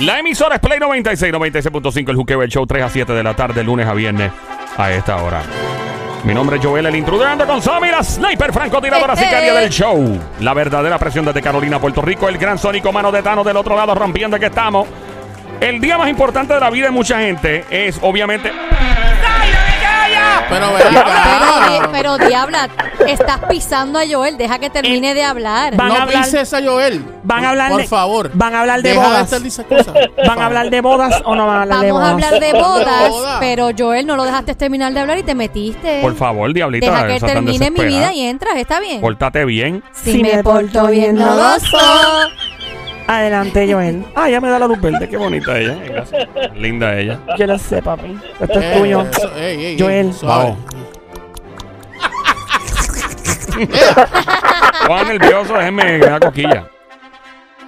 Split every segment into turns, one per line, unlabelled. La emisora es Play 96, 96.5, el Juqueo, el show 3 a 7 de la tarde, lunes a viernes, a esta hora. Mi nombre es Joel, el intruder, ando con Sammy, la sniper francotiradora
Eh, eh.
sicaria del show. La verdadera presión desde Carolina, Puerto Rico, el gran sónico mano de Thanos del otro lado, rompiendo que estamos. El día más importante de la vida de mucha gente es, obviamente...
Pero ven
Pero,
acá.
Eh, pero, diabla, estás pisando a Joel, deja que
Eh,
termine de hablar.
Van a
No
hablar-
pises a Joel.
Van a hablar
Por
de-
favor.
van a hablar de
Deja
bodas.
estar diciendo cosas. Por
¿Van
favor.
a hablar de bodas o no van a hablar de
Vamos
bodas?
a hablar de
bodas.
bodas, pero Joel no lo dejaste terminar de hablar y te metiste.
Por favor, diablita.
Deja que
esa tan
termine mi
desesperada.
vida y entras, está bien.
Pórtate bien.
Si, me porto bien, no gozo.
Adelante, Joel.
Ah, ya me da la luz verde. Qué bonita ella. Gracias. Linda ella.
Yo lo sé, papi. Esto es
Eh,
tuyo.
eso- ey, ey, ey,
Joel.
suave.
Vamos. Juan nervioso, déjenme me da coquilla.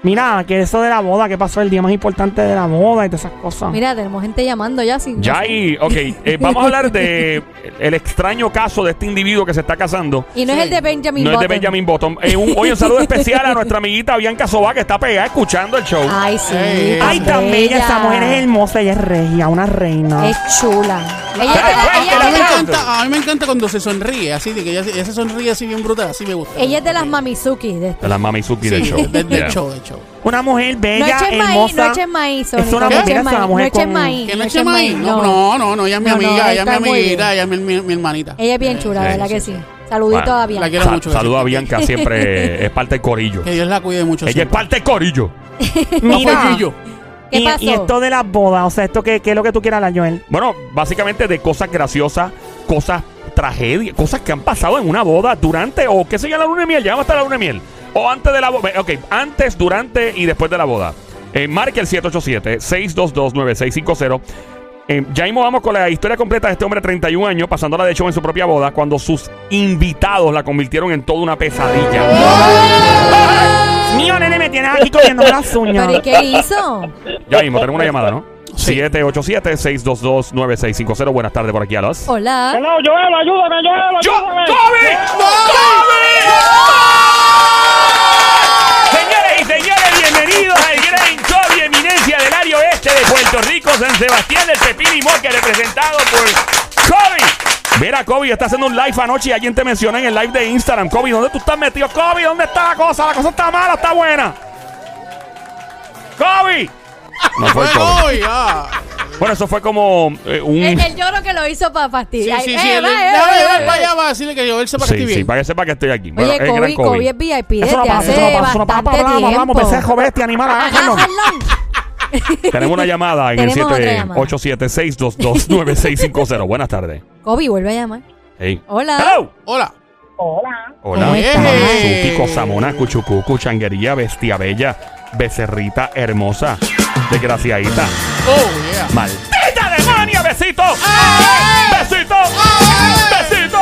Mira, que eso de la boda, que pasó el día más importante de la boda y todas esas cosas.
Mira, tenemos gente llamando ya. Sin
Ya y, ok, eh, vamos a hablar de el extraño caso de este individuo que se está casando.
Y no es
Sí.
el de Benjamin
No es de
Button.
Benjamin Bottom. Eh, un, oye, un saludo especial a nuestra amiguita Bianca Sobá que está pegada escuchando el show.
Ah.
Ay, sí.
Ey,
Ay, tan bella. Esta mujer es hermosa, ella es regia, una reina.
Es chula. Ella
Ay,
te da- ella
ay,
te
ay,
A mí, me
ay,
da-
ay.
encanta, a mí me encanta cuando se sonríe, así de que ella, ella se sonríe así bien brutal, así me gusta.
ella es de las Mamizuki. De
De la mami Suki
Sí,
del show.
del- del
Yeah.
show, del show.
Una mujer
No
bella,
eches maíz, no
hermosa.
eches maíz,
Es
Sónico,
una
no
mujer,
eches
esa
maíz, no
mujer
eches
con-
maíz.
¿Que no
no
eche
eches
maíz? No, no, no, no, ella es mi
No, no,
amiga, ella es mi
está muy bien.
amiguita, ella es mi, mi- mi hermanita. Eh,
Ella es bien chula,
Sí,
¿verdad
sí,
que sí? Saludito
Bueno,
a
La
Bianca.
quiero
Sa-
mucho.
saludo a
Bianca.
Bianca, siempre es parte del corillo.
Que Dios la cuide mucho.
Ella es
siempre.
parte del corillo.
No
Mira.
fui yo.
¿Qué
y,
pasó?
y esto de las bodas, o sea, esto que, que es lo que tú quieras hablar, Joel.
Bueno, básicamente de cosas graciosas, cosas tragedias, cosas que han pasado en una boda durante o qué sé yo, la luna de miel, llegamos hasta la luna de miel. O antes de la boda, ok, antes, durante y después de la boda. Eh, marque el 787-622-9650. Eh, ya mismo vamos con la historia completa de este hombre de 31 años, pasándola de show en su propia boda, cuando sus invitados la convirtieron en toda una pesadilla.
Mío, nene, me tienes aquí comiendo las uñas.
¿Pero y qué hizo?
Ya mismo, tenemos una llamada, ¿no?
Sí.
787-622-9650. Buenas tardes por aquí a los.
Hola.
Hello, Joel, ayúdame, Joel,
¡Yo!
ayúdame.
¡Tommy! Señores y señores, bienvenidos al gran show de eminencia del área oeste de Puerto Rico, San Sebastián del Pepín y Moque, representado por Kobe. Mira, Kobe, está haciendo un live anoche y alguien te menciona en el live de Instagram. Kobe, ¿dónde tú estás metido? Kobe, ¿dónde está la cosa? ¿La cosa está mala o está buena? ¡Kobe! No fue Kobe.
Ay, ah.
Bueno, eso fue como eh, un...
El, el lloro que lo hizo para
Sí,
fastidiar.
sí,
Ay,
sí.
eh,
él-
va, eh,
Déjame
va,
llevar
eh,
para
va.
allá para decirle que Joel sepa que
Sí,
estoy
sí,
bien.
para que sepa que estoy aquí. Bueno,
Oye,
el gran
Kobe, Kobe es VIP
Eso no
desde
pasa, eso no
hace
pasa, eso no pasa.
bastante
Hablamos, hablamos,
tiempo.
pendejo, bestia, animal, háganlo.
Ajá, Harlan.
Tenemos una llamada en el
Tenemos otra llamada.
787-622-9650. Buenas tardes.
Kobe, vuelve a llamar.
Hey.
Hola.
¡Hello!
Hola.
Hola.
Hola.
¿Cómo estás?
Supico, Samona, Cuchucucu, Changuería, Bestia Bella, Becerrita Hermosa, Desgraciadita.
Oh, yeah.
¡Maldita demonia! ¡Besito!
Ah.
¡Besito! ¡Besito!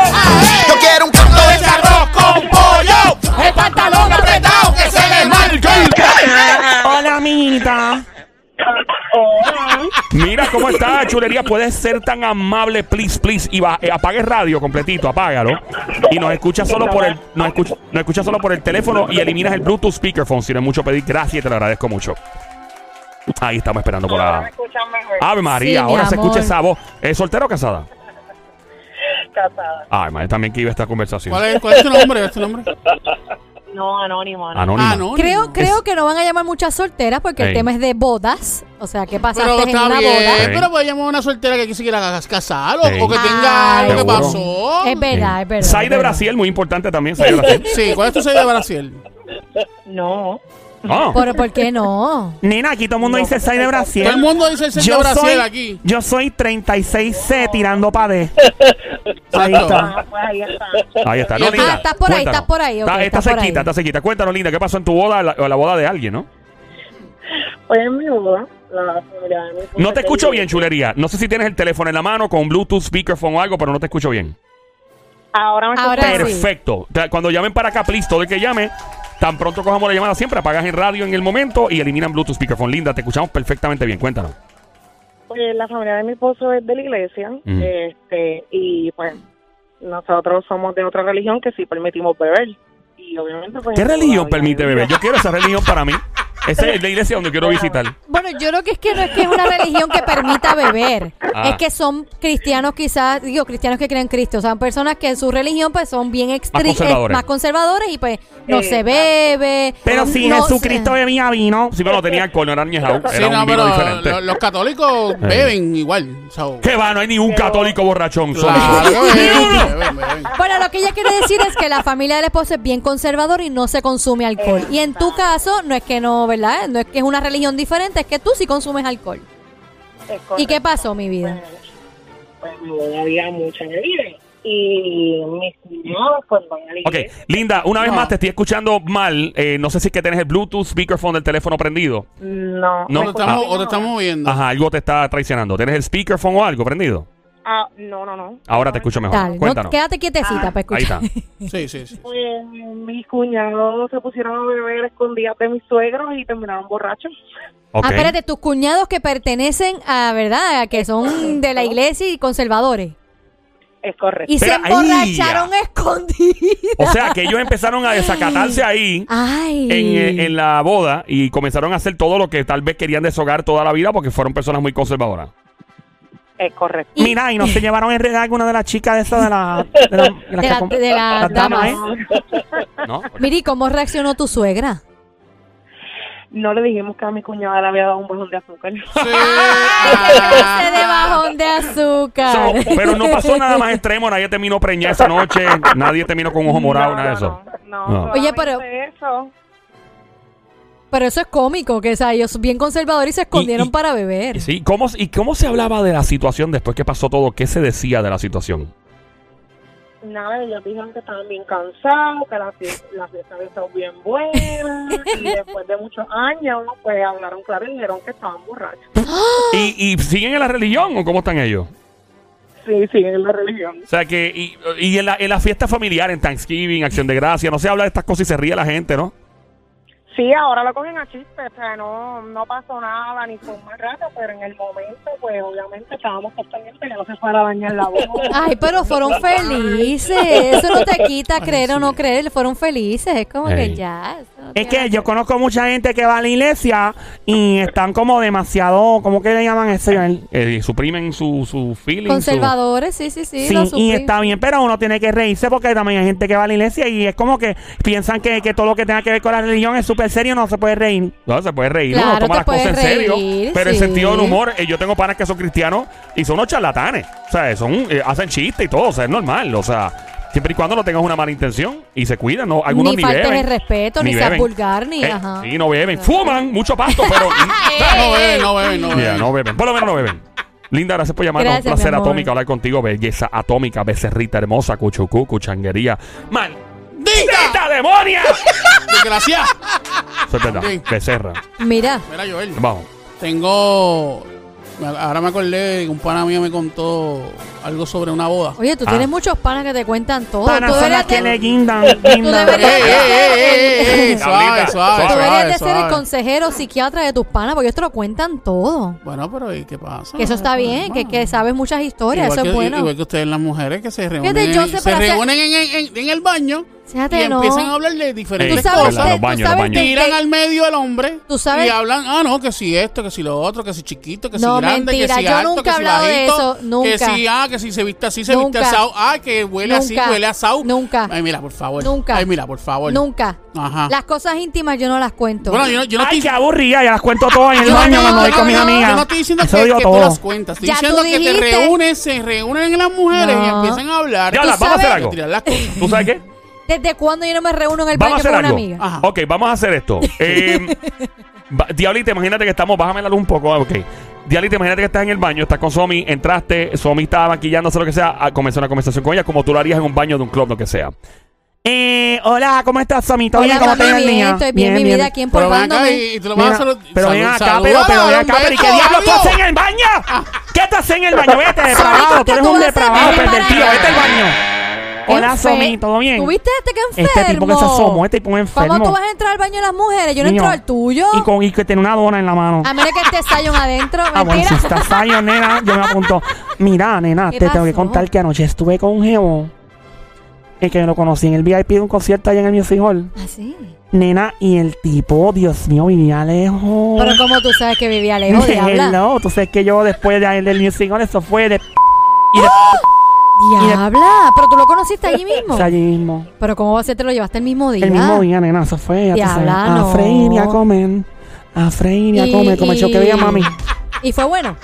Yo quiero un plato de arroz con pollo.
El pantalón
apretado que se le marque el
Hola, amiguita.
Hola.
Mira cómo está, chulería. Puedes ser tan amable, please, please. Y va, eh, apague el radio completito, apágalo. Y nos escucha solo por el, nos escucha, nos escucha solo por el teléfono y eliminas el Bluetooth speakerphone. Si no es mucho pedir, gracias, te lo agradezco mucho. Ahí estamos esperando por
Ahora me
la.
escuchan mejor.
Ave María,
Sí, mi
ahora se
amor.
escucha esa voz. ¿Es soltero o casada?
Casada.
Ay, madre, también que iba esta conversación.
¿Cuál es, cuál es tu nombre? ¿Es tu nombre?
No, anónimo. anónimo.
Anónima.
Ah, no.
Creo, creo que no van a llamar muchas solteras porque
Ey.
el tema es de bodas. O sea, ¿qué pasaste
Pero
en
está
una boda?
bien.
boda.
Pero puede llamar a una soltera que quisiera casar o,
Sí.
o que
Ah,
tenga algo que
seguro.
pasó.
Es verdad, es verdad.
Sai
es
de
verdad.
Brasil, muy importante también. Sai de Brasil.
Sí, ¿cuál es tu sello de Brasil?
No.
Ah,
Pero, ¿por qué no?
Nena, aquí todo el mundo dice 6 de Brasil.
Todo el mundo dice el sello de Brasil
soy,
aquí.
Yo soy 36C tirando pa' D. Ahí
Exacto.
está.
Ah, pues ahí está.
ahí está. No,
Ah,
linda,
estás por ahí,
cuéntanos.
estás por ahí, ok,
está, está
estás por
cerquita,
ahí.
está cerquita. Cuéntanos, linda, ¿qué pasó en tu boda la- o la boda de alguien, no?
Pues en mi boda, la familia de mi esposo
No te
es
escucho
del-
bien, chulería. No sé si tienes el teléfono en la mano con Bluetooth, speakerphone o algo, pero no te escucho bien.
Ahora me
Ahora
escuchan.
Ah, sí.
Perfecto. Te- Cuando llamen para acá, please, todo el que llame, tan pronto cojamos la llamada siempre, apagas el radio en el momento y eliminan Bluetooth, speakerphone. Linda, te escuchamos perfectamente bien. Cuéntanos.
Pues la familia de mi esposo es de la iglesia.
Mm.
Este, y pues nosotros somos de otra religión que sí permitimos beber. Y obviamente, pues.
¿Qué
en mi boda
religión
había
permite
bebido.
beber? Yo quiero esa religión para mí. Esa es la iglesia donde quiero visitar.
Bueno, yo creo que es que no es que es una religión que permita beber.
Ah.
Es que son cristianos quizás, digo, cristianos que creen en Cristo. O sea, personas que en su religión pues son bien estrictas,
conservadores.
más conservadores y pues no se
Exacto.
bebe. no-
Pero si
no
Jesucristo
se-
bebía vino.
Sí, pero no tenía alcohol, no era añejado.
Sí,
Era
no,
un vino
pero
diferente.
lo- los católicos beben igual. o sea,
¿Qué va? No hay ni un católico borrachón. son-
Claro que
Ni
beben,
uno.
beben, beben.
Bueno, lo que ella quiere decir es que la familia del esposo es bien conservadora y no se consume alcohol. Y en tu caso, no es que no, ¿verdad? No es que es una religión diferente, es que tú sí consumes alcohol.
Es
¿Y qué
correcto.
pasó, mi vida?
Pues no había mucha bebida. Y mis cuñados pues van a la
Ok,
iglesia.
Linda, una vez
No.
más te estoy escuchando mal. Eh, no sé si es que tienes el Bluetooth speakerphone del teléfono prendido.
No.
No, ah.
¿me
O te estamos,
escuchas
o te
bien
estamos moviendo.
Ajá, algo te está traicionando. ¿Tienes el speakerphone o algo prendido?
ahora? Ah, no, no, no.
Ahora te escucho mejor.
Dale, no,
Cuéntanos.
quédate quietecita para
Ahí
escuchar.
está.
Sí, sí, sí.
Pues mis cuñados se pusieron a beber escondidas de mis suegros y terminaron borrachos.
Ok.
Ah, espérate, tus cuñados que pertenecen a, ¿verdad? Que son de la iglesia y conservadores.
Es correcto.
Y se
Espera, ay,
emborracharon escondidos.
O sea, que ellos empezaron a desacatarse ahí.
Ay.
En, eh, en la boda y comenzaron a hacer todo lo que tal vez querían deshogar toda la vida porque fueron personas muy conservadoras.
Es correcto.
Y-
Mira, y no se llevaron en regalo alguna de las chicas de esas de la. De, la, las
De
que
la-
com-
de las
las damas, ¿eh?
damas.
¿No?
Miri, ¿cómo reaccionó tu suegra?
No le dijimos que a mi cuñada le había dado un bajón de azúcar.
Sí. Ah.
Se de bajón de azúcar.
So, pero no pasó nada más extremo, nadie terminó preñada esa noche, nadie terminó con ojo morado, nada de eso.
No,
No.
no,
Oye,
Oye,
pero-
pero... Eso.
Pero eso es cómico, que o sea, ellos bien conservadores y se escondieron
y-
para beber.
¿Y Sí, ¿cómo, ¿Y cómo se hablaba de la situación después que pasó todo? ¿Qué se decía de la situación?
Nada, ellos dijeron que estaban bien cansados, que la fiesta, la fiesta había estado bien buena. y después de muchos años, pues hablaron claro y dijeron que estaban borrachos.
¿Y, y siguen en la religión o cómo están ellos?
Sí, sí, en la religión.
O sea que, y, y en, la, en la fiesta familiar, en Thanksgiving, Acción de Gracia, no se habla de estas cosas y se ríe la gente, ¿no?
Sí, ahora lo cogen a chiste, o sea, no, no pasó nada, ni fue un mal rato, pero en el momento, pues obviamente estábamos contentos que no se fuera a dañar la voz.
Ay, pero fueron felices. Eso no te quita
Ay,
creer o
sí.
no creer. Fueron felices. Es como
Ey.
que ya. eso no
Es
te
que
hace.
yo conozco mucha gente que va a la iglesia y están como demasiado. ¿Cómo que le llaman eso, Joel?
Eh, suprimen su, su feeling. su-
Conservadores, sí, sí, sí.
Sí,
lo
y
suprimí.
está bien, pero uno tiene que reírse porque también hay gente que va a la iglesia y es como que piensan que, que todo lo que tenga que ver con la religión es súper serio, no se puede reír.
No, se puede reír, uno
Claro,
toma
te
las cosas en
puedes
serio.
reír,
pero el
sí.
sentido del humor, eh, yo tengo panas que son cristianos y son unos charlatanes. O sea, son, eh, hacen chistes y todo, o sea, es normal. O sea, siempre y cuando no tengas una mala intención y se cuidan, no, algunos
ni,
ni,
faltes
beben.
el respeto, ni, seas
beben.
vulgar, ni.
Eh,
ajá.
Sí, no beben. Fuman mucho pasto, pero.
No beben, no beben, no
Ya,
beben.
no beben. Por lo menos no beben. Linda, gracias por llamarnos.
Gracias,
Un placer
mi amor.
atómico hablar contigo. Belleza atómica, becerrita hermosa, cuchucucu, changuería.
¡Dita!
¡Maldita demonia!
Desgraciada.
Eso es verdad.
Bien.
Becerra.
Mira,
Mira, Joel.
Vamos.
Tengo. me- Ahora me acordé que un pana mío me contó algo sobre una boda.
oye, tú
Ah.
tienes muchos panas que te cuentan todo.
Panas
tú
son
deberías
las que
de,
le guindan. guindan.
¡Ey, ey, ey, ey, ey, ey! Suave,
Carlita,
suave,
tú
tú deberías
suave,
de ser el
suave.
consejero psiquiatra de tus panas, porque ellos te lo cuentan todo.
Bueno, pero ¿y qué pasa?
Que eso está bien, que, que sabes muchas historias,
Igual
eso
que,
es bueno.
Igual que ustedes, las mujeres, que se reúnen,
Fíjate, yo sé
se
para hacer-
reúnen en, en- en- en el baño
Fíjate,
y
no.
empiezan a hablar de
Ey,
diferentes
Tú sabes,
Claro,
cosas.
los
que- tú
baños,
sabes
los
que-
Tiran al medio al hombre
Tú sabes-
y hablan, ah, no, que si esto, que si lo otro, que si chiquito, que
No,
si grande,
mentira,
que si
yo
alto,
nunca
que
he
si
hablado de
bajito,
eso, nunca.
que si, ah, que si se viste así, se viste
Nunca.
asado, ah, que huele así,
Nunca.
huele asado.
Nunca.
Ay, mira, por favor.
Nunca.
Ay, mira, por favor.
Nunca.
Ajá.
Las cosas íntimas yo no las cuento.
Ah. Bueno, yo no, yo no
Ay,
estoy...
qué aburrida, ya las cuento todas en el
Yo
baño
no,
cuando voy
no,
con mis
no,
amigas.
Yo no estoy diciendo
Eso
que,
digo
que tú
todo.
las cuentas. Estoy
Ya tú
diciendo que te
dijiste.
reúnes, se reúnen las mujeres y
No.
empiezan a hablar.
Ya,
Tú
la- vamos a hacer
sabes-
algo.
a tirar las cosas.
¿Tú sabes qué?
¿Desde cuándo yo no me reúno en el
Vamos
baño
a hacer
con una
algo.
amiga?
Ajá.
Ok, vamos a hacer esto. Eh, va- Diablita, imagínate que estamos. Bájame la luz un poco. ah, Ok. Diablita, imagínate que estás en el baño, estás con Somi, entraste, Somi estaba maquillándose, lo que sea, ah, comenzó una conversación con ella, como tú lo harías en un baño de un club, lo que sea.
Eh, hola, ¿cómo estás, Samito?
Hola,
¿cómo te
mami,
va el
bien,
día?
estoy bien, mi vida, aquí
Pero ven acá
empolvándome.
y, y tú lo vas
Mira,
a hacer.
pero ven acá, pero, pero ven acá, pero ¿y qué diablos tú haces en el baño? ¿Qué tú haces en el baño? Vete, depravado, tú
que
eres
tú
un
haces,
depravado,
vete
pervertido,
para
vete al
allá.
baño.
Qué
Ah, Hola,
enfer-
Somi, ¿todo bien?
¿Tuviste este que enfermo?
Este tipo que se asomó, este tipo es
¿Cómo tú
enfermo.
vas a entrar al baño de las mujeres? Yo no
Niño,
entro al tuyo.
Y, con, y que tiene una dona en la mano.
A menos que esté Sayon adentro.
Ah, bueno, si
Mentira.
estás fallo, nena, yo me apunto. Mira, nena,
¿Qué
te tengo que
pasó?
contar que anoche estuve con un jevo. Es que yo lo conocí en el VIP de un concierto allá en el Music Hall.
Así.
Nena, y el tipo, Dios mío, vivía lejos.
Pero como tú sabes que vivía lejos, diabla.
no, tú sabes que yo después de, del Music Hall, eso fue de... Y de
Diabla, pero tú lo conociste allí mismo.
allí mismo.
Pero cómo va a ser, te lo llevaste el mismo día.
El mismo día, nena, eso fue. ya tú sabes.
Diabla, no.
A freír y a comer. A freír y a comer, como el choquería, mami.
Y fue bueno.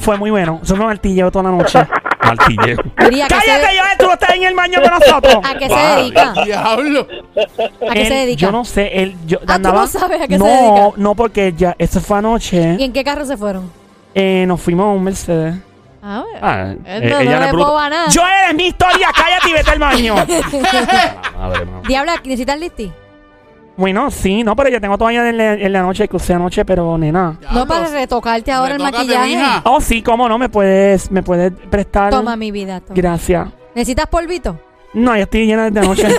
Fue muy bueno. Eso fue martilleo toda la noche.
Martilleo.
Diría que
¡Cállate,
se-
Joel! ¡Tú no estás en el baño con nosotros!
¿A qué se dedica?
Diablo.
¿A qué se
Él-
dedica?
Yo no sé. Él, yo,
Ah, ¿tú no sabes a qué se
no,
dedica?
No, porque ya, eso fue
¿Y
anoche.
en qué carro se fueron?
Eh, nos fuimos a un Mercedes.
Ah, bueno.
Ah,
Eh,
eh,
no,
ella
no
era
le
bruta.
boba nada.
¡Yo eres mi historia! ¡Cállate y vete al baño!
Madre, madre.
Diabla, ¿necesitas listi?
bueno, sí, no, pero yo tengo todavía en la, en la noche, crucé anoche, pero nena.
No para retocarte ahora el
Retócate,
maquillaje.
mija.
Oh, sí, cómo no, me puedes, me puedes prestar.
Toma mi vida. toma.
Gracias.
¿Necesitas polvito?
No, yo estoy llena de noche.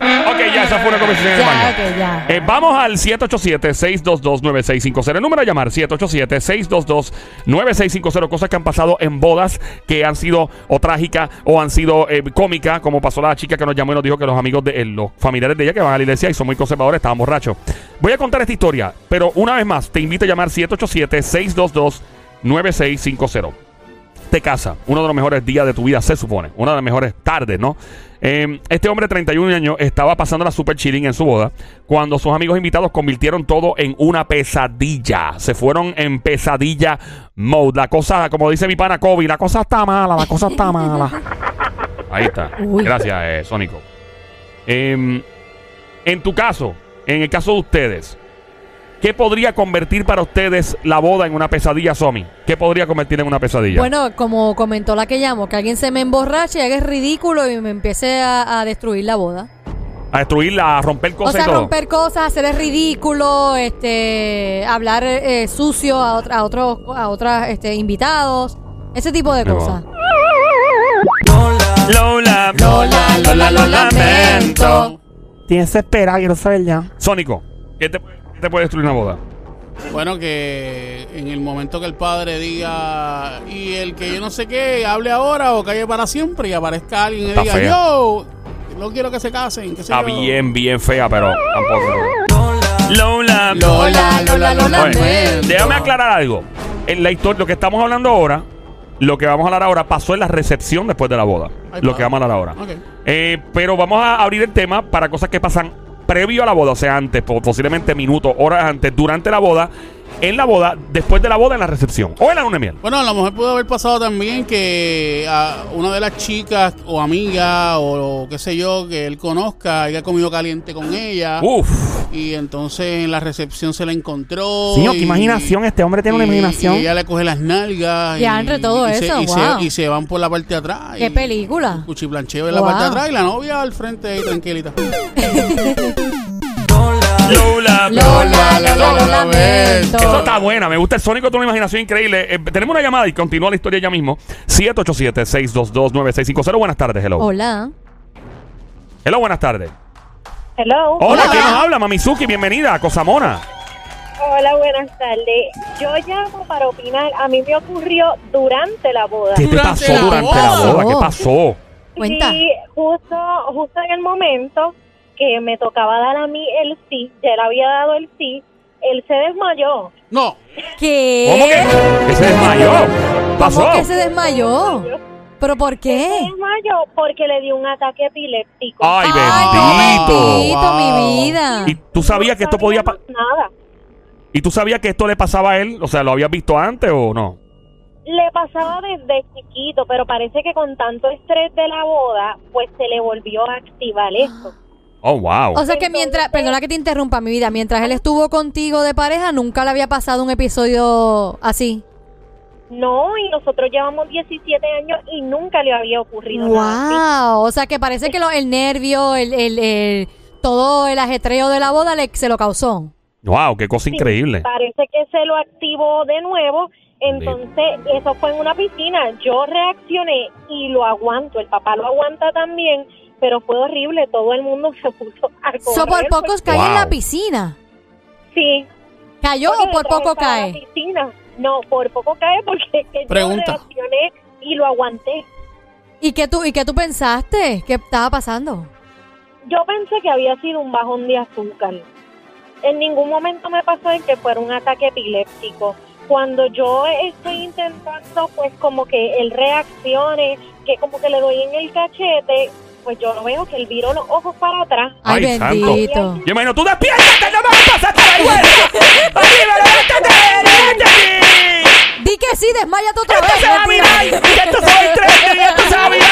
Ok, ya, esa fue una conversación en el
Ya,
baño.
ok, ya.
Eh, vamos al 787-622-9650. El número a llamar, 787-622-9650. Cosas que han pasado en bodas que han sido o trágicas o han sido eh, cómicas, como pasó la chica que nos llamó y nos dijo que los amigos de eh, los familiares de ella que van a la iglesia y son muy conservadores, estaban borrachos. Voy a contar esta historia, pero una vez más, te invito a llamar 787-622-9650 te casa. Uno de los mejores días de tu vida, se supone. Una de las mejores tardes, ¿no? Eh, este hombre, de 31 años, estaba pasando la super chilling en su boda cuando sus amigos invitados convirtieron todo en una pesadilla. Se fueron en pesadilla mode. La cosa, como dice mi pana Kobe, la cosa está mala, la cosa está mala. Ahí está.
Uy.
Gracias, eh, Sónico. Em, en tu caso, en el caso de ustedes, ¿qué podría convertir para ustedes la boda en una pesadilla, Somi? ¿Qué podría convertir en una pesadilla?
Bueno, como comentó la que llamo, que alguien se me emborrache y haga el ridículo y me empiece a, a destruir la boda.
A destruirla, a romper cosas
O sea,
y todo.
romper cosas, hacer el ridículo, este, hablar eh, sucio a, otra- a otros a otras, este, invitados, ese tipo de
Me va.
cosas.
Lola,
Lola, Lola, lo lamento.
Tienes que esperar, quiero saber ya.
Sónico, ¿qué te, qué te puede destruir una boda?
Bueno, que en el momento que el padre diga y el que yo no sé qué hable ahora o calle para siempre y aparezca alguien y
Está
diga
fea.
yo no quiero que se casen, qué sé
Está
yo.
bien, bien fea, pero tampoco. Lola,
Lola, Lola, lo
Oye,
lamento.
déjame aclarar algo. En la historia, lo que estamos hablando ahora, lo que vamos a hablar ahora pasó en la recepción después de la boda.
Ay,
lo
padre.
que vamos a hablar ahora.
Ok.
Eh, pero vamos a abrir el tema para cosas que pasan previo a la boda, o sea, antes, po- posiblemente minutos, horas antes, durante la boda, en la boda, después de la boda, en la recepción o en la luna de miel.
Bueno, a lo mejor pudo haber pasado también que a una de las chicas o amiga o, qué sé yo que él conozca haya comido caliente con
Ah.
ella
Uf.
y entonces en la recepción se la encontró.
Señor, qué
y-
imaginación. Este hombre tiene una
y-
imaginación.
Y ella le coge las nalgas.
Y entre todo
y
eso,
se, y,
wow.
se, y se van por la parte de atrás.
¿Qué
y-
película?
Cuchiplancheo en la
Wow.
parte de atrás y la novia al frente ahí tranquilita.
Lola,
Lola, Lola, lo
lamento.
Eso está buena, me gusta el Sónico, tiene una imaginación increíble. Eh, tenemos una llamada y continúa la historia ya mismo. 787-622-9650. Buenas tardes, hello.
Hola.
Hello, buenas tardes.
Hello.
Hola, ¿quién nos habla? Mamizuki, bienvenida a Cosamona.
Hola, buenas tardes. Yo llamo para opinar. A mí me ocurrió durante la boda.
¿Qué te
Durante
pasó
la
durante la
boda.
boda? ¿Qué pasó?
Cuenta.
Sí, justo, justo en el momento que me tocaba dar a mí el sí, ya le había dado el sí, él se desmayó.
No,
¿Cómo
¿Qué?
que? que se desmayó? ¿Pasó?
Eh, ¿Cómo que se desmayó? ¿Pero por qué?
Se desmayó porque le dio un ataque epiléptico.
Ay,
Ay, no,
bendito.
bendito,
Wow.
mi vida.
y tú sabías que esto podía pa-
pasar. Nada.
y tú sabías que esto le pasaba a él, o sea, lo habías visto antes o no?
Le pasaba desde chiquito, pero parece que con tanto estrés de la boda, pues se le volvió a activar esto.
Oh, wow.
O sea que mientras, perdona que te interrumpa mi vida, mientras él estuvo contigo de pareja, nunca le había pasado un episodio así.
No, y nosotros llevamos 17 años y nunca le había ocurrido nada. así.
Wow, o sea que parece que lo- el nervio, el, el- el- todo el ajetreo de la boda le, se lo causó.
wow, qué cosa increíble.
Parece que se lo activó de nuevo. Entonces, eso fue en una piscina. Yo reaccioné y lo aguanto. El papá lo aguanta también, pero fue horrible. Todo el mundo se puso a correr. pues.
So, por poco cae en la
Wow.
piscina.
Sí.
¿Cayó
Porque
o por
mientras
poco
estaba en la
cae?
piscina. No, por poco cae porque es que yo
Pregunta.
reaccioné y lo aguanté.
¿Y qué tú, y qué tú pensaste? ¿Qué estaba pasando?
Yo pensé que había sido un bajón de azúcar. En ningún momento me pasó en que fuera un ataque epiléptico. Cuando yo estoy intentando, pues como que él reaccione, que como que le doy en el cachete, pues yo lo veo que él viró los ojos para atrás.
Ay,
Ay, santo.
bendito.
Yo imagino, tú despiértate, no me pasaste vergüenza. ¡Arriba, levántate!
este
¡Levántate!
Di que sí, desmayate otra vez.
¡Esto se va a
mentira.
mirar! ¡Que esto se va a ir trending! ¡Esto se va a mirar!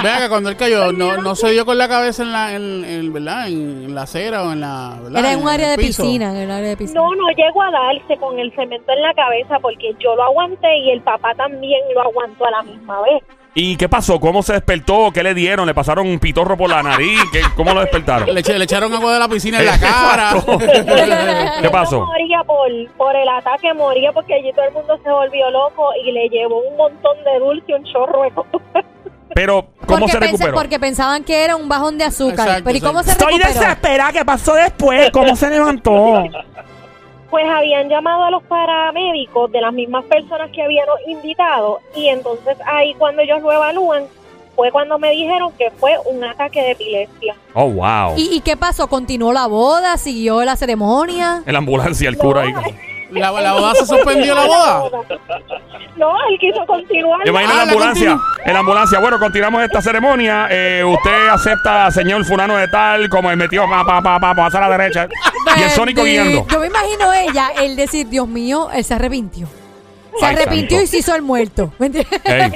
Vea que cuando él cayó, no, no se dio con la cabeza en la, en, en- ¿verdad? En, la acera o en la. ¿verdad?
Era en un
el
área de
piso.
piscina, en el área de piscina.
No, no llego a darse con el cemento en la cabeza porque yo lo aguanté y el papá también lo aguantó a la misma vez.
¿Y qué pasó? ¿Cómo se despertó? ¿Qué le dieron? ¿Le pasaron un pitorro por la nariz? ¿Qué- ¿Cómo lo despertaron?
Le, eche- le echaron agua de la piscina en la cara.
¿Qué pasó?
Yo moría por, por el ataque, moría porque allí todo el mundo se volvió loco y le llevó un montón de dulce, un chorro de cosas.
Pero, ¿cómo
porque
se
pensa-
recuperó?
porque pensaban que era un bajón de azúcar.
Exacto,
pero ¿y cómo se
Estoy
recuperó?
desesperada. ¿Qué pasó después? ¿Cómo se levantó?
Pues habían llamado a los paramédicos de las mismas personas que habían invitado y entonces ahí cuando ellos lo evalúan fue cuando me dijeron que fue un ataque de epilepsia.
Oh, wow.
¿Y, y qué pasó? ¿Continuó la boda? ¿Siguió la ceremonia?
En la ambulancia, el cura ahí.
La, la boda se suspendió la boda.
No, él quiso continuar.
Yo imagino en
Ah,
la
la
ambulancia. En la ambulancia. Bueno, continuamos esta ceremonia. Eh, usted acepta, señor fulano de tal, como el metió pa, pa, pa, pa, pa, hacia la derecha. Y el sónico
Bendito.
guiando.
Este, Yo me imagino ella, el decir, Dios mío, él se arrepintió. Se
Ay,
arrepintió
santo.
y se hizo el muerto. ¿Me entiendes?
Ey.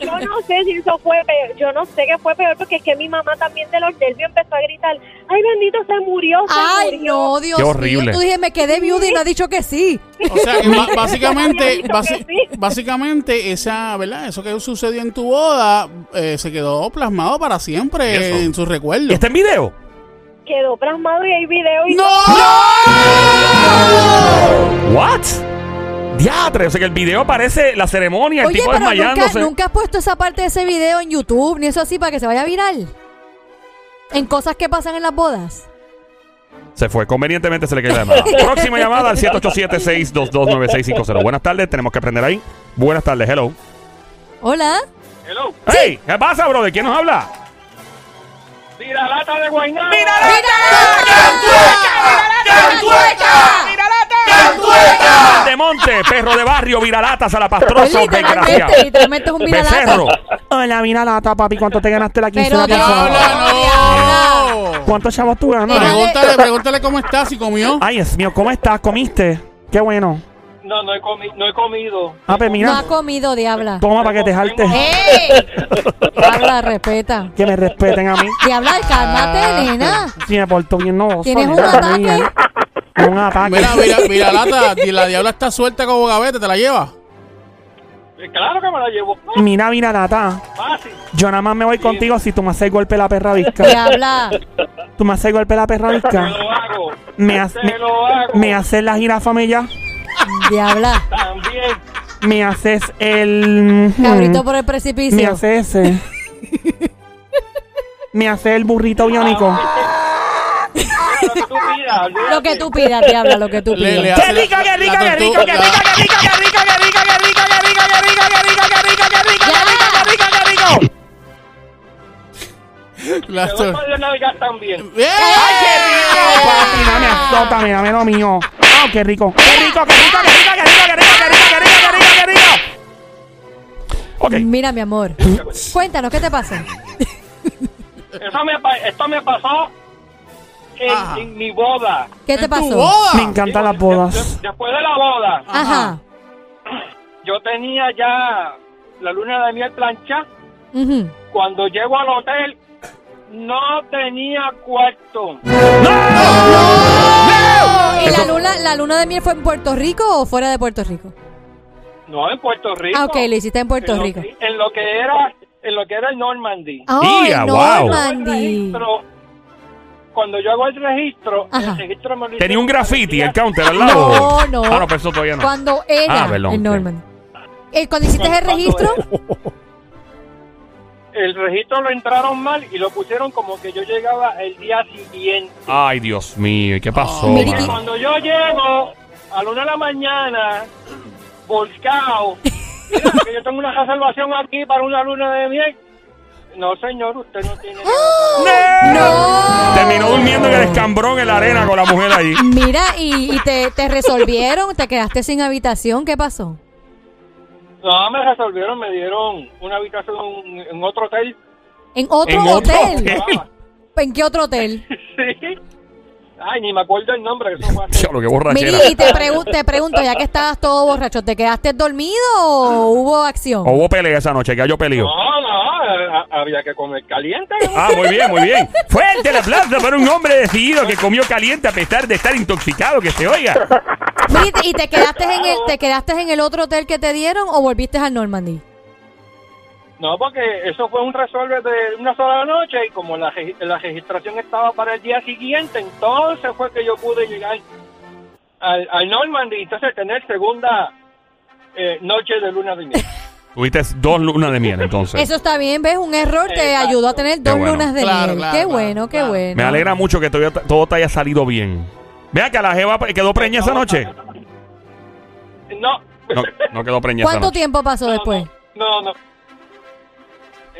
Yo no sé si eso fue peor, yo no sé qué fue peor porque es que mi mamá también de los nervios empezó a gritar, ay bendito, se murió, se
Ay,
murió.
no, Dios
Qué horrible.
mío. Tú dije, me quedé viuda y no ha dicho que sí.
O sea, que ba- básicamente,
Había dicho
basi-
que sí.
básicamente, esa, ¿verdad? Eso que sucedió en tu boda eh, se quedó plasmado para siempre
Eso.
en sus
¿Y
recuerdos.
está en video?
Quedó plasmado y hay video y
¡No!
¿What? Diatre. O sea que el video parece la ceremonia, el
Oye,
tipo
pero
desmayándose.
nunca, nunca has puesto esa parte de ese video en YouTube ni eso así para que se vaya viral. En cosas que pasan en las bodas.
Se fue, convenientemente se le cayó la llamada. Próxima llamada al 787-622-9650. Buenas tardes, tenemos que aprender ahí. Buenas tardes, hello.
Hola.
Hello.
¡Hey! ¿Qué pasa, bro? ¿De quién nos habla?
Tira lata de guaynabo.
De monte, perro de barrio, viralatas a la
Pues
pastrosa, desgraciado.
literalmente, literalmente es un
Becerro.
viralazo.
Hola, mira lata, papi. ¿Cuánto te ganaste la
Pero
quincena
Dios,
pasada?
Diabla.
no.
¿Cuántos chavos tú ganas?
Era-
Pregúntale, pregúntale cómo está, si comió.
Ay, Dios mío, ¿cómo estás? ¿Comiste? Qué bueno.
No, no he, comi- no he comido.
Ah, pues
No
mira,
ha comido, diabla.
toma para que te jalte.
¡Ey! Diabla, respeta.
Que me respeten a mí.
Diabla, cálmate, nena.
Si me porto bien, no.
¿Tienes un ataque?
Un
Ah,
ataque.
Mira, mira, mira, lata, di- la diabla está suelta como gavete, te la lleva.
Eh, Claro que me la llevo. Ah,
Mira, mira, Nata.
Fácil.
Yo nada más me voy contigo si tú me haces golpe la perra visca.
Diabla.
Tú me haces golpe la perra
Te
visca.
lo hago.
Me, has-
Te
me,
lo hago.
me haces la jirafa mella.
Diabla.
También.
Me haces el. mm,
Cabrito por el
Me
precipicio.
haces ese. me haces el burrito biónico.
Lo que tú pidas.
Lo que tú pidas, diabla, lo que tú
Le- le
pidas.
hace la- la tortuga- la- la
Te doy
tor- ¡Eh!
para de navegar también.
¡Bien!
Papi, dame azótame, dame lo mío. ¡Ah, qué rico! ¡Qué rico, qué rico, qué rico, qué rico, qué rico, qué rico, qué rico, qué rico, qué rico!
Ok.
Mira, mi amor. Cuéntanos, ¿qué te pasa?
Eso me, pa- esto me pasó
Ajá.
en, en mi boda.
¿Qué te
¡En tu
pasó?
boda!
Me encantan las bodas.
De- de- después de la boda,
Ajá.
yo tenía ya la luna de miel plancha.
Ujú.
Cuando llego al hotel, no tenía cuarto.
¿Y la luna, la luna de miel fue en Puerto Rico o fuera de Puerto Rico?
No, en Puerto Rico.
Ah, ok, lo hiciste en Puerto
en lo-
Rico.
en lo que era, en lo que era el Normandy.
Oh,
Ia,
no,
wow.
Mandy.
Registro, cuando yo hago el registro,
Ajá.
el registro me lo
Tenía
hicieron
un graffiti,
para
el counter al lado.
No, no.
Ah, no, pero eso todavía no.
Cuando era
Ah, perdón,
en
sí.
Norman. Eh, Cuando hiciste el
Cuando
registro,
El registro lo entraron mal y lo pusieron como que yo llegaba el día siguiente.
Ay, Dios mío, ¿y qué pasó?
Mira,
mano?
y-
Cuando yo llego a la una de la mañana, volcado, Mira, que yo tengo una reservación aquí para una luna de miel. No, señor, usted no tiene.
Ah. ¡Oh! ¡No!
Terminó durmiendo en el escambrón en la arena con la mujer ahí.
Mira, y, y te, te resolvieron, te quedaste sin habitación, ¿qué pasó?
No, me resolvieron, me dieron una habitación en otro hotel.
¿En otro
En otro
hotel?
hotel.
¿En qué otro hotel?
Sí. Ay, ni me acuerdo el nombre, eso fue hace-
Diablo, qué borrachera.
Mira, y te, pregu- te pregunto, ya que estabas todo borracho, ¿te quedaste dormido o hubo acción?
Hubo pelea esa noche, que yo peleo.
No, no, a- había que comer caliente.
Ah, muy bien, muy bien. Fuerte el aplauso para un hombre decidido que comió caliente a pesar de estar intoxicado, que se oiga.
Mira, y te- ¿y te quedaste, en el, te quedaste en el otro hotel que te dieron o volviste al Normandy?
No, porque eso fue un resolver de una sola noche y como la, regi- la registración estaba para el día siguiente, entonces fue que yo pude llegar al, al Normandy y entonces tener segunda eh, noche de luna de miel.
Tuviste dos lunas de miel, entonces.
Eso está bien, ¿ves? Un error te
Exacto.
ayudó a tener dos
bueno.
lunas de
Claro,
miel.
claro,
qué
claro,
bueno, qué
claro.
bueno.
Me alegra mucho que todavía t- todo te haya salido bien. Vea que la jeva pre- quedó preña esa noche.
No,
No, no quedó preña esa
¿Cuánto
noche.
tiempo pasó
Pues,
no,
después?
no, no.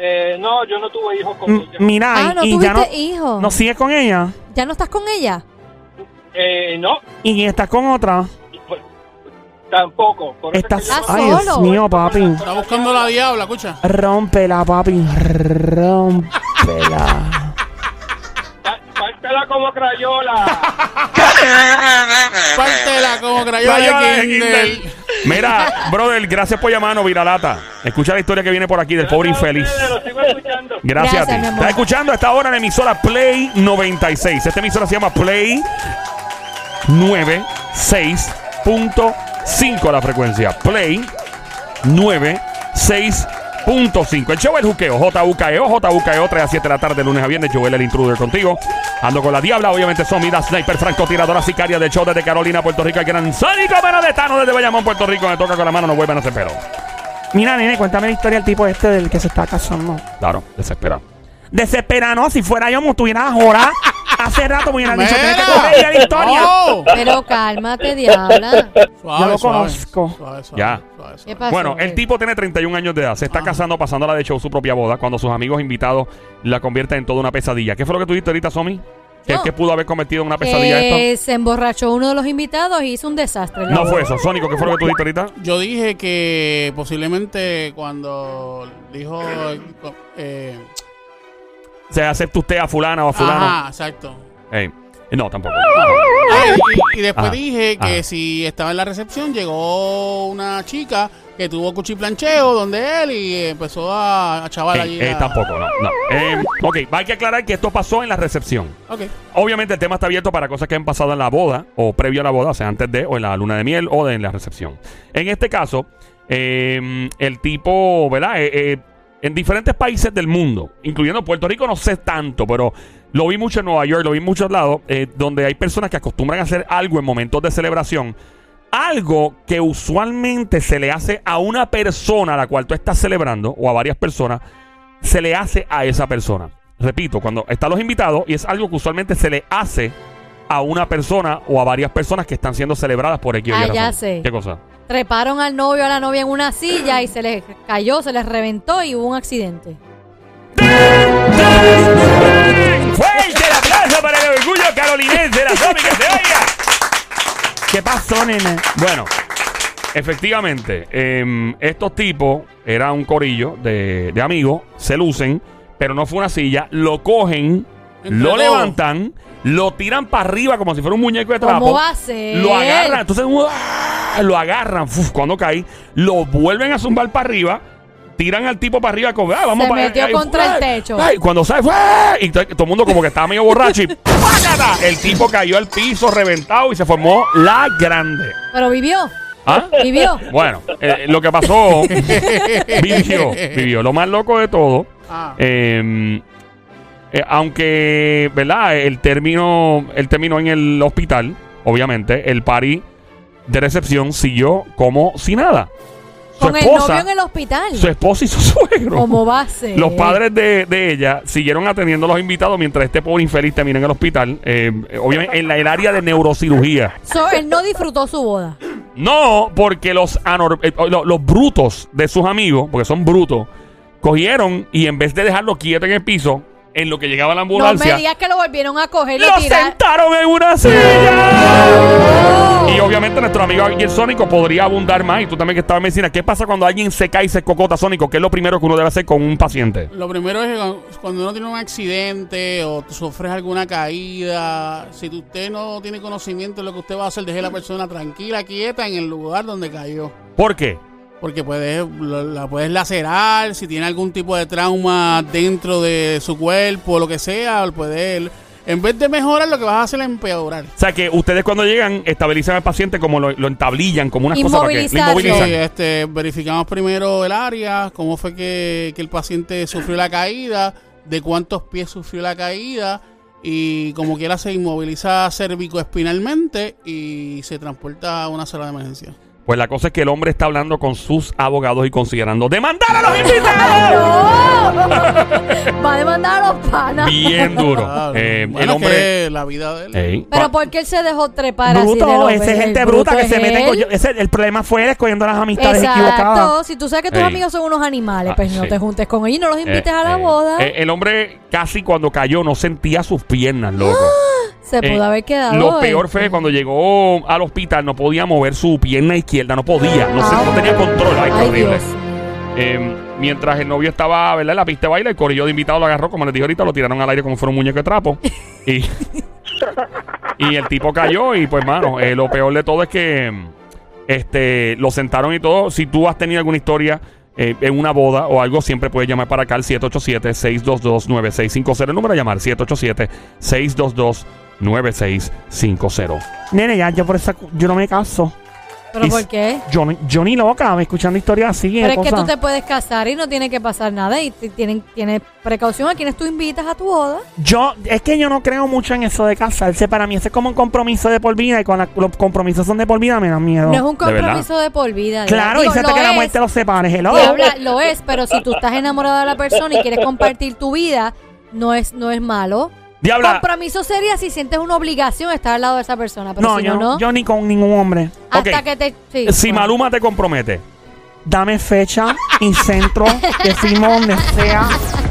Eh, no, yo no tuve hijos con
M-
ella.
Mm, Mira,
Ah,
y-
no
y,
tuviste
ya no,
hijo.
no sigues con ella.
¿Ya no estás con ella?
Eh, no, pues,
Y estás con otra.
tampoco. Por eso
Estás.
es que yo no-
Ay, Dios
solo.
mío, papi.
Está buscando la diabla, escucha.
Rómpela, papi. Rómpela.
Pa- Ah, pártela como crayola.
Pártela como crayola
Vaya,
de
de
Kindle.
Kindle. Mira, brother, gracias por llamarnos, Viralata. Escucha la historia que viene por aquí del pobre infeliz.
Ustedes, Lo sigo escuchando.
Gracias,
Gracias,
a ti.
mi amor.
Estás escuchando hasta ahora la emisora Play 96. Esta emisora se llama Play 96.5 la frecuencia. Play 96.5. El show El Juqueo, JUKEO, JUKEO, 3 E a 7 de la tarde, lunes a viernes. Joel el intruder contigo. Ando con la Diabla, obviamente son Mida, sniper, francotiradora, sicaria del show desde Carolina, Puerto Rico. El gran Sónico Benedetano desde Bayamón, Puerto Rico. Me toca con la mano, no vuelven a hacer pelo.
Mira, nene, cuéntame la historia del tipo este del que se está casando.
Claro, desesperado.
Desesperado, no, si fuera yo me estuviera ahora. Hace rato me hubieran dicho, tienes que
Mira. Oh.
correr la historia.
No.
Pero cálmate, diabla.
Suave,
Yo lo
suave,
conozco.
suave, suave,
Ya.
suave, suave.
¿Qué pasó?
Bueno, el tipo tiene 31 años de edad. Se está casando, pasándola de show su propia boda. Cuando sus amigos invitados la convierten en toda una pesadilla. ¿Qué fue lo que tú dijiste ahorita, Somi? ¿Qué,
No. Eh,
qué pudo haber cometido una pesadilla esto?
Que se emborrachó uno de los invitados y hizo un desastre. la
No
boda.
fue eso. Sónico, ¿qué fue lo que tú dijiste ahorita?
Yo dije que posiblemente cuando dijo. Eh,
¿Se acepta usted a fulana o a fulano?
ajá, exacto.
Ey, No, tampoco.
Ah, y, y después
Ajá,
dije que
ajá.
si estaba en la recepción llegó una chica que tuvo cuchiplancheo donde él y empezó a, a chaval
Ey,
allí.
ey,
la-
Eh, tampoco, no. no. Em, ok, hay que aclarar que esto pasó en la recepción.
Ok.
Obviamente el tema está abierto para cosas que han pasado en la boda o previo a la boda, o sea, antes de, o en la luna de miel o de, en la recepción. En este caso, eh, el tipo, ¿verdad? Eh, eh, en diferentes países del mundo, incluyendo Puerto Rico, no sé tanto, pero lo vi mucho en Nueva York, lo vi en muchos lados, eh, donde hay personas que acostumbran a hacer algo en momentos de celebración. Algo que usualmente se le hace a una persona a la cual tú estás celebrando o a varias personas, se le hace a esa persona. Repito, cuando están los invitados y es algo que usualmente se le hace a una persona o a varias personas que están siendo celebradas por X o Y
Ah, ya
razón.
sé.
¿Qué cosa?
Treparon al novio o a la novia en una silla y se les cayó, se les reventó y hubo un accidente.
¡Fuerte la plaza para el orgullo carolinense! ¡La Somi, que se oiga!
¿Qué pasó, nene?
Bueno, efectivamente, em, estos tipos era un corillo de, de amigos, se lucen, pero no fue una silla, lo cogen,
Entre
lo
todos.
levantan, lo tiran para arriba como si fuera un muñeco de
¿Cómo
trapo.
va a ser?
Lo agarran, entonces ¡uah! lo agarran, ¡fuf! cuando cae, lo vuelven a zumbar para arriba. Tiran al tipo para arriba como, ah, vamos
Se
para
metió contra el techo.
ay, cuando sale, ¡fua! y to- todo el mundo como que estaba medio borracho y ¡pácata! el tipo cayó al piso reventado y se formó la grande.
Pero vivió,
¿Ah?
vivió.
Bueno, eh, lo que pasó, vivió, vivió. Lo más loco de todo,
Ah,
eh, eh, aunque, ¿verdad? El término, el término en el hospital, obviamente, el party de recepción siguió como si nada. Su
Con
esposa,
el novio en el hospital.
su esposa y su suegro.
¿Cómo va a ser?
Los padres de, de ella siguieron atendiendo a los invitados mientras este pobre infeliz terminó en el hospital, eh, obviamente en la, el área de neurocirugía.
So, él no disfrutó su boda.
No, porque los, anor- eh, lo- los brutos de sus amigos, porque son brutos, cogieron y en vez de dejarlo quieto en el piso, en lo que llegaba la
No me
ambulancia,
digas que lo volvieron a coger y
lo
tirar.
sentaron en una silla. Y obviamente nuestro amigo aquí el Sónico podría abundar más. Y tú también que estabas en medicina, ¿qué pasa cuando alguien se cae y se cocota Sónico? ¿Qué es lo primero que uno debe hacer con un paciente?
Lo primero es que cu- cuando uno tiene un accidente o tú sufres alguna caída, si tú- usted no tiene conocimiento de lo que usted va a hacer, deje a la persona tranquila, quieta en el lugar donde cayó.
¿Por qué?
Porque puedes, la la puedes lacerar, si tiene algún tipo de trauma dentro de su cuerpo, lo que sea, lo puede, en vez de mejorar, lo que vas a hacer es empeorar.
O sea que ustedes cuando llegan estabilizan al paciente como lo, lo entablillan, como unas cosas para que lo
Inmovilizarlo.
Sí,
inmovilizan.
este, verificamos primero el área, cómo fue que, que el paciente sufrió la caída, de cuántos pies sufrió la caída y como quiera se inmoviliza cérvico-espinalmente y se transporta a una sala de emergencia.
Pues la cosa es que el hombre está hablando con sus abogados y considerando demandar a los invitados.
¡No! Va a demandar a los panas.
Bien duro.
Ah,
Claro.
Eh, el
Ah, Bueno,
hombre.
que la vida de él.
Ey. Pues,
Pero
Pa-
¿por qué él se dejó trepar así de
Bruto,
loco?
esa
El
gente
bruto
bruta que
es
se mete
él.
con. yo- ese- el problema fue él escogiendo las amistades equivocadas.
pues, Exacto. Si tú sabes que tus
Ey.
amigos son unos animales,
Ah,
pues no
sí.
te juntes con ellos y no los invites
eh,
a la
eh.
boda.
Eh, el hombre casi cuando cayó no sentía sus piernas, loco.
se
Eh,
pudo haber quedado.
Lo peor
eh.
fue que cuando llegó al hospital no podía mover su pierna izquierda, no podía, no, se-
Ah.
no tenía control. Ay, qué
Ay,
horrible.
Dios.
Eh, mientras el novio estaba, ¿verdad? En la pista de baile, el corillo de invitado lo agarró, como les dije ahorita, lo tiraron al aire como si fuera un muñeco de trapo. Y, y el tipo cayó y pues, mano, eh, lo peor de todo es que mm, este, lo sentaron y todo. Si tú has tenido alguna historia eh, en una boda o algo, siempre puedes llamar para acá al 787-622-9650. El número a llamar, 787-622-9650.
Nene, ya, yo por esa. cu- Yo no me caso.
¿Pero
Y-
por qué?
Yo, ni- yo ni loca, me escuchando historias así. eh,
Pero es que tú
cosas.
te puedes casar y no tiene que pasar nada. Y t- tienen, tienes precaución a quienes tú invitas a tu boda.
Yo, es que yo no creo mucho en eso de casarse. Para mí, eso es como un compromiso de por vida. Y cuando los compromisos son de por vida, me dan miedo.
No es un
de verdad.
compromiso de, por vida.
claro,
Digo,
y hasta
lo
que la
es,
muerte los separe. Hello.
diabla, lo es, pero si tú estás enamorado de la persona y quieres compartir tu vida, no es, no es malo.
Diabla,
Compromiso sería si sientes una obligación de estar al lado de esa persona. Pero
No,
si
yo,
no, no.
yo ni con ningún hombre.
hasta
ok.
que te. sí,
si
bueno.
Maluma te compromete,
Dame fecha y centro, que firmo donde sea.